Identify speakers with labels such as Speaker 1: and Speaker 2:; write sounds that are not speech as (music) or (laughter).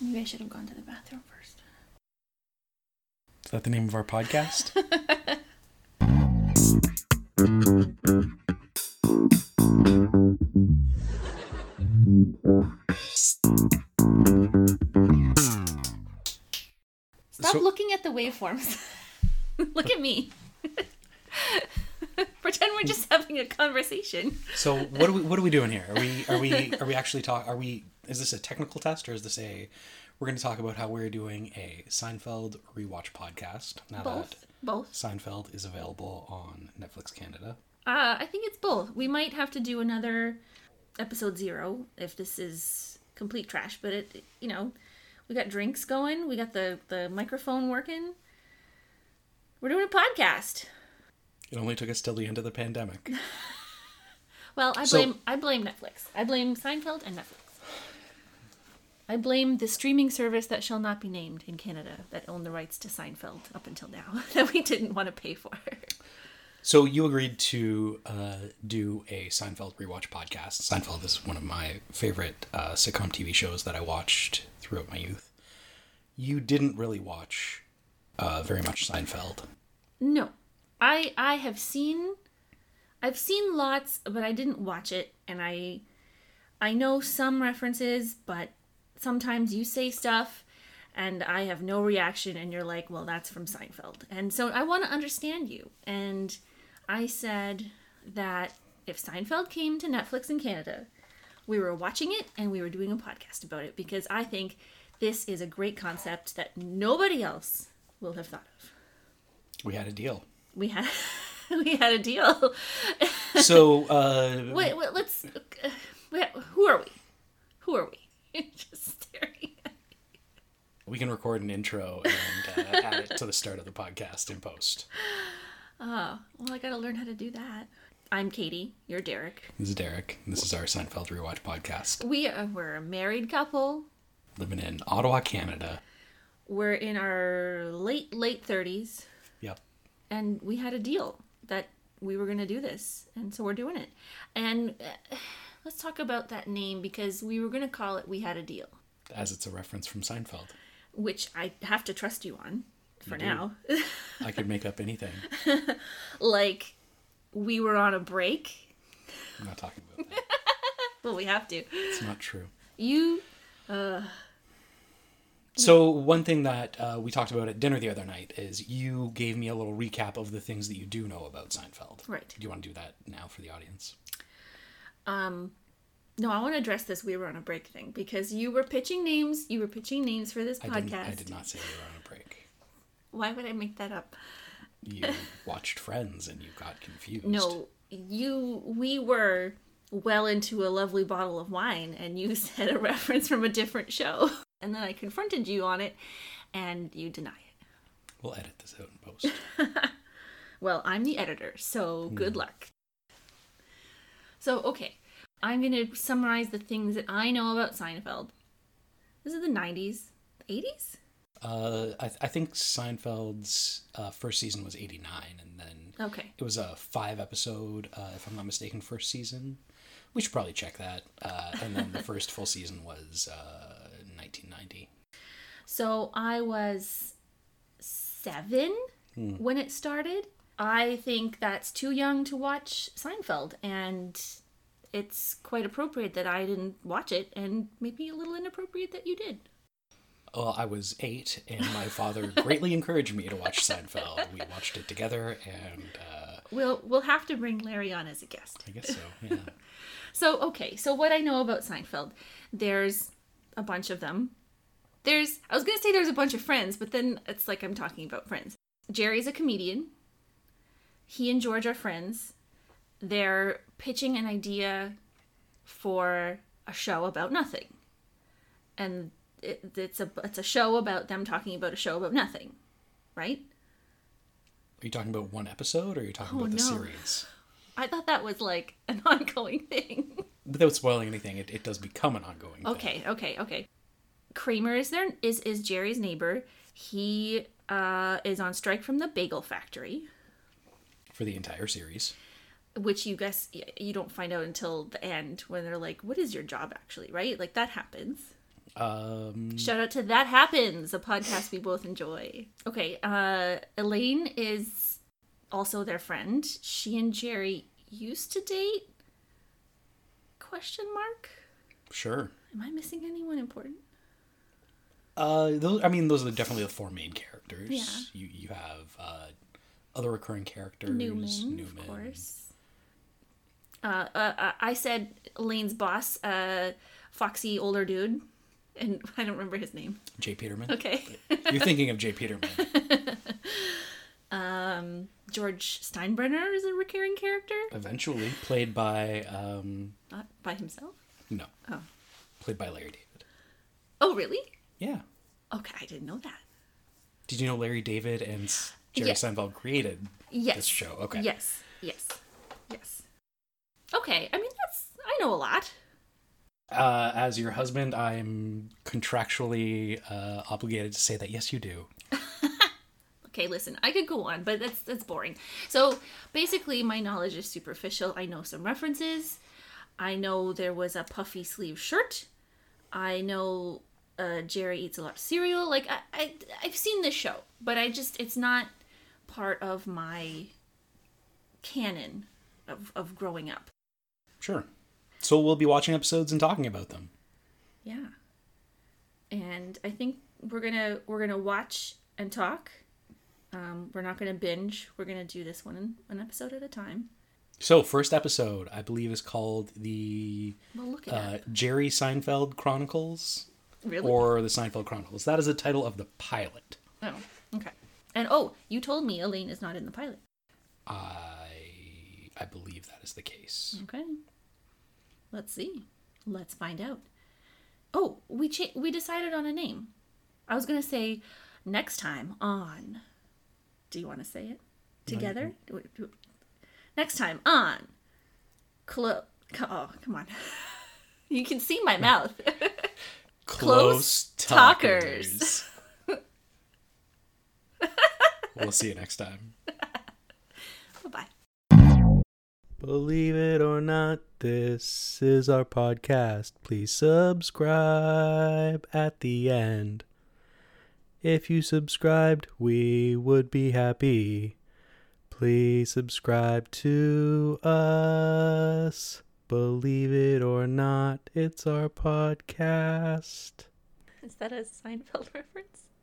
Speaker 1: Maybe I should have gone to the bathroom first.
Speaker 2: Is that the name of
Speaker 1: (laughs)
Speaker 2: our podcast?
Speaker 1: Stop
Speaker 2: So-
Speaker 1: looking at the waveforms. (laughs) Look at me. (laughs) Pretend we're just having a conversation.
Speaker 2: so what are we what are we doing here? Are we are we are we actually talk are we is this a technical test or is this a we're going to talk about how we're doing a Seinfeld rewatch podcast now
Speaker 1: Both.
Speaker 2: that
Speaker 1: Both.
Speaker 2: Seinfeld is available on Netflix Canada.
Speaker 1: Uh, I think it's both. We might have to do another episode zero if this is complete trash, but it, you know, we got drinks going, we got the, the microphone working. We're doing a podcast.
Speaker 2: It only took us till the end of the pandemic.
Speaker 1: Well, I
Speaker 2: So-
Speaker 1: blame I blame Netflix. I blame Seinfeld and Netflix. I blame the streaming service that shall not be named in Canada that owned the rights to Seinfeld up until now (laughs) that we didn't want to pay for.
Speaker 2: So you agreed to uh, do a Seinfeld rewatch podcast. Seinfeld is one of my favorite uh, sitcom TV shows that I watched throughout my youth. You didn't really watch uh, very much Seinfeld.
Speaker 1: No. I I have seen I've seen lots, but I didn't watch it and I I know some references, but sometimes you say stuff and I have no reaction and you're like, "Well, that's from Seinfeld." And so I want to understand you. And I said that if Seinfeld came to Netflix in Canada, we were watching it and we were doing a podcast about it because I think this is a great concept that nobody else will have thought of
Speaker 2: We had a deal.
Speaker 1: we had (laughs) we had a deal.
Speaker 2: So uh,
Speaker 1: Wait, wait let's. Uh, wait, who are we? Who are we? (laughs) Just staring.
Speaker 2: we can record an intro and uh, add it to the start of the podcast in post.
Speaker 1: Well, I gotta learn how to do that. I'm Katie. You're Derek.
Speaker 2: This is Derek. and This is our Seinfeld rewatch podcast.
Speaker 1: We are, we're a married couple.
Speaker 2: Living in Ottawa, Canada.
Speaker 1: We're in our late late thirties,
Speaker 2: Yep.
Speaker 1: and we had a deal that we were gonna do this, and so we're doing it. And uh, let's talk about that name because we were gonna call it "We Had a Deal."
Speaker 2: As it's a reference from Seinfeld.
Speaker 1: Which I have to trust you on for
Speaker 2: do.
Speaker 1: now.
Speaker 2: I could make up anything.
Speaker 1: like we were on a break.
Speaker 2: I'm not talking about that.
Speaker 1: Well, we have to.
Speaker 2: It's not true.
Speaker 1: You
Speaker 2: So one thing that uh, we talked about at dinner the other night is you gave me a little recap of the things that you do know about Seinfeld.
Speaker 1: Right.
Speaker 2: Do you want to do that now for the audience?
Speaker 1: no, I want to address this we were on a break thing because you were pitching names. You were pitching names for this
Speaker 2: I,
Speaker 1: podcast.
Speaker 2: didn't, I did not say we were on a break.
Speaker 1: Why would I make that up? (laughs)
Speaker 2: You watched Friends and you got confused.
Speaker 1: No, you. We were well into a lovely bottle of wine, and you (laughs) said a reference from a different show, and then I confronted you on it, and you deny it.
Speaker 2: We'll edit this out in post.
Speaker 1: Well, I'm the editor, so good luck. So, okay, I'm going to summarize the things that I know about Seinfeld. This is the 90s, 80s?
Speaker 2: Uh, I, I think Seinfeld's uh, first season was 89 and then
Speaker 1: Okay.
Speaker 2: it was a five episode, uh, if I'm not mistaken, first season. We should probably check that. Uh, and then the first full season was uh, 1990.
Speaker 1: So, I was seven when it started. I think that's too young to watch Seinfeld, and it's quite appropriate that I didn't watch it, and maybe a little inappropriate that you did.
Speaker 2: Well, I was eight, and my
Speaker 1: (laughs)
Speaker 2: father greatly encouraged me to watch Seinfeld. We watched it together, and uh,
Speaker 1: We'll, we'll have to bring Larry on as a guest.
Speaker 2: I guess so. Yeah.
Speaker 1: So, okay, so what I know about Seinfeld, there's a bunch of them. There's, I was gonna say there's a bunch of friends, but then it's like I'm talking about friends. Jerry's a comedian. He and George are friends. They're pitching an idea for a show about nothing. And it, it's a it's a show about them talking about a show about nothing, right?
Speaker 2: Are you talking about one episode, or are you talking
Speaker 1: Oh,
Speaker 2: about the
Speaker 1: no.
Speaker 2: series?
Speaker 1: I thought that was like an (laughs) ongoing thing.
Speaker 2: Without spoiling anything, it, it does become an ongoing. thing.
Speaker 1: Okay, okay, okay. Kramer is there is is Jerry's neighbor. He uh, is on strike from the bagel factory,
Speaker 2: For the entire series,
Speaker 1: which you guess you don't find out until the end when they're like, "What is your job actually?" Right? Like that happens.
Speaker 2: Um,
Speaker 1: Shout out to That Happens, a podcast we both enjoy. Okay, uh, Elaine is also their friend. She and Jerry used to date? Question mark.
Speaker 2: sure.
Speaker 1: Am I missing anyone important?
Speaker 2: Uh, those, I mean, those are definitely the four main characters.
Speaker 1: Yeah.
Speaker 2: You you have uh, other recurring characters.
Speaker 1: Newman, of course. Uh, uh, uh, I said Elaine's boss, uh, foxy older dude, and (laughs) I don't remember his name.
Speaker 2: Jay Peterman.
Speaker 1: Okay, (laughs)
Speaker 2: You're thinking of Jay Peterman.
Speaker 1: George Steinbrenner is a recurring character,
Speaker 2: Eventually, played by um,
Speaker 1: not by himself.
Speaker 2: no,
Speaker 1: Oh,
Speaker 2: played by Larry David.
Speaker 1: oh really?
Speaker 2: Yeah.
Speaker 1: Okay, I didn't know that.
Speaker 2: Did you know Larry David and S- Jerry
Speaker 1: Yeah.
Speaker 2: Seinfeld created
Speaker 1: Yes.
Speaker 2: this show? Okay.
Speaker 1: Yes. Yes. Yes. Okay. I mean, that's I know a lot.
Speaker 2: Uh, as your husband, I'm contractually uh, obligated to say that yes, you do.
Speaker 1: Okay, listen, I could go on, but that's that's boring. So basically, my knowledge is superficial. I know some references. I know there was a puffy sleeve shirt. I know uh, Jerry eats a lot of cereal. Like I, I I've seen this show, but I just it's not part of my canon of of growing up.
Speaker 2: Sure. So we'll be watching episodes and talking about them.
Speaker 1: Yeah. And I think we're gonna we're gonna watch and talk. Um, we're not gonna binge. We're gonna do this one an episode at a time.
Speaker 2: So first episode, I believe, is called the
Speaker 1: We'll look at
Speaker 2: uh,
Speaker 1: it.
Speaker 2: Jerry Seinfeld Chronicles
Speaker 1: Really?
Speaker 2: or the Seinfeld Chronicles. That is the title of the pilot.
Speaker 1: oh, okay. And oh, you told me Elaine is not in the pilot.
Speaker 2: I I believe that is the case.
Speaker 1: Okay. Let's see. Let's find out. Oh, we cha- we decided on a name. I was gonna say next time on. Do you want to say it together? Do- do- Next time on. Clo. co- Oh, come on. (laughs) you can see my mouth. (laughs) Close Talkers.
Speaker 2: (laughs) we'll see you next time.
Speaker 1: bye bye.
Speaker 2: Believe it or not, this is our podcast. Please subscribe at the end. If you subscribed, we would be happy. Please subscribe to us. Believe it or not, it's our podcast.
Speaker 1: Is that a Seinfeld reference?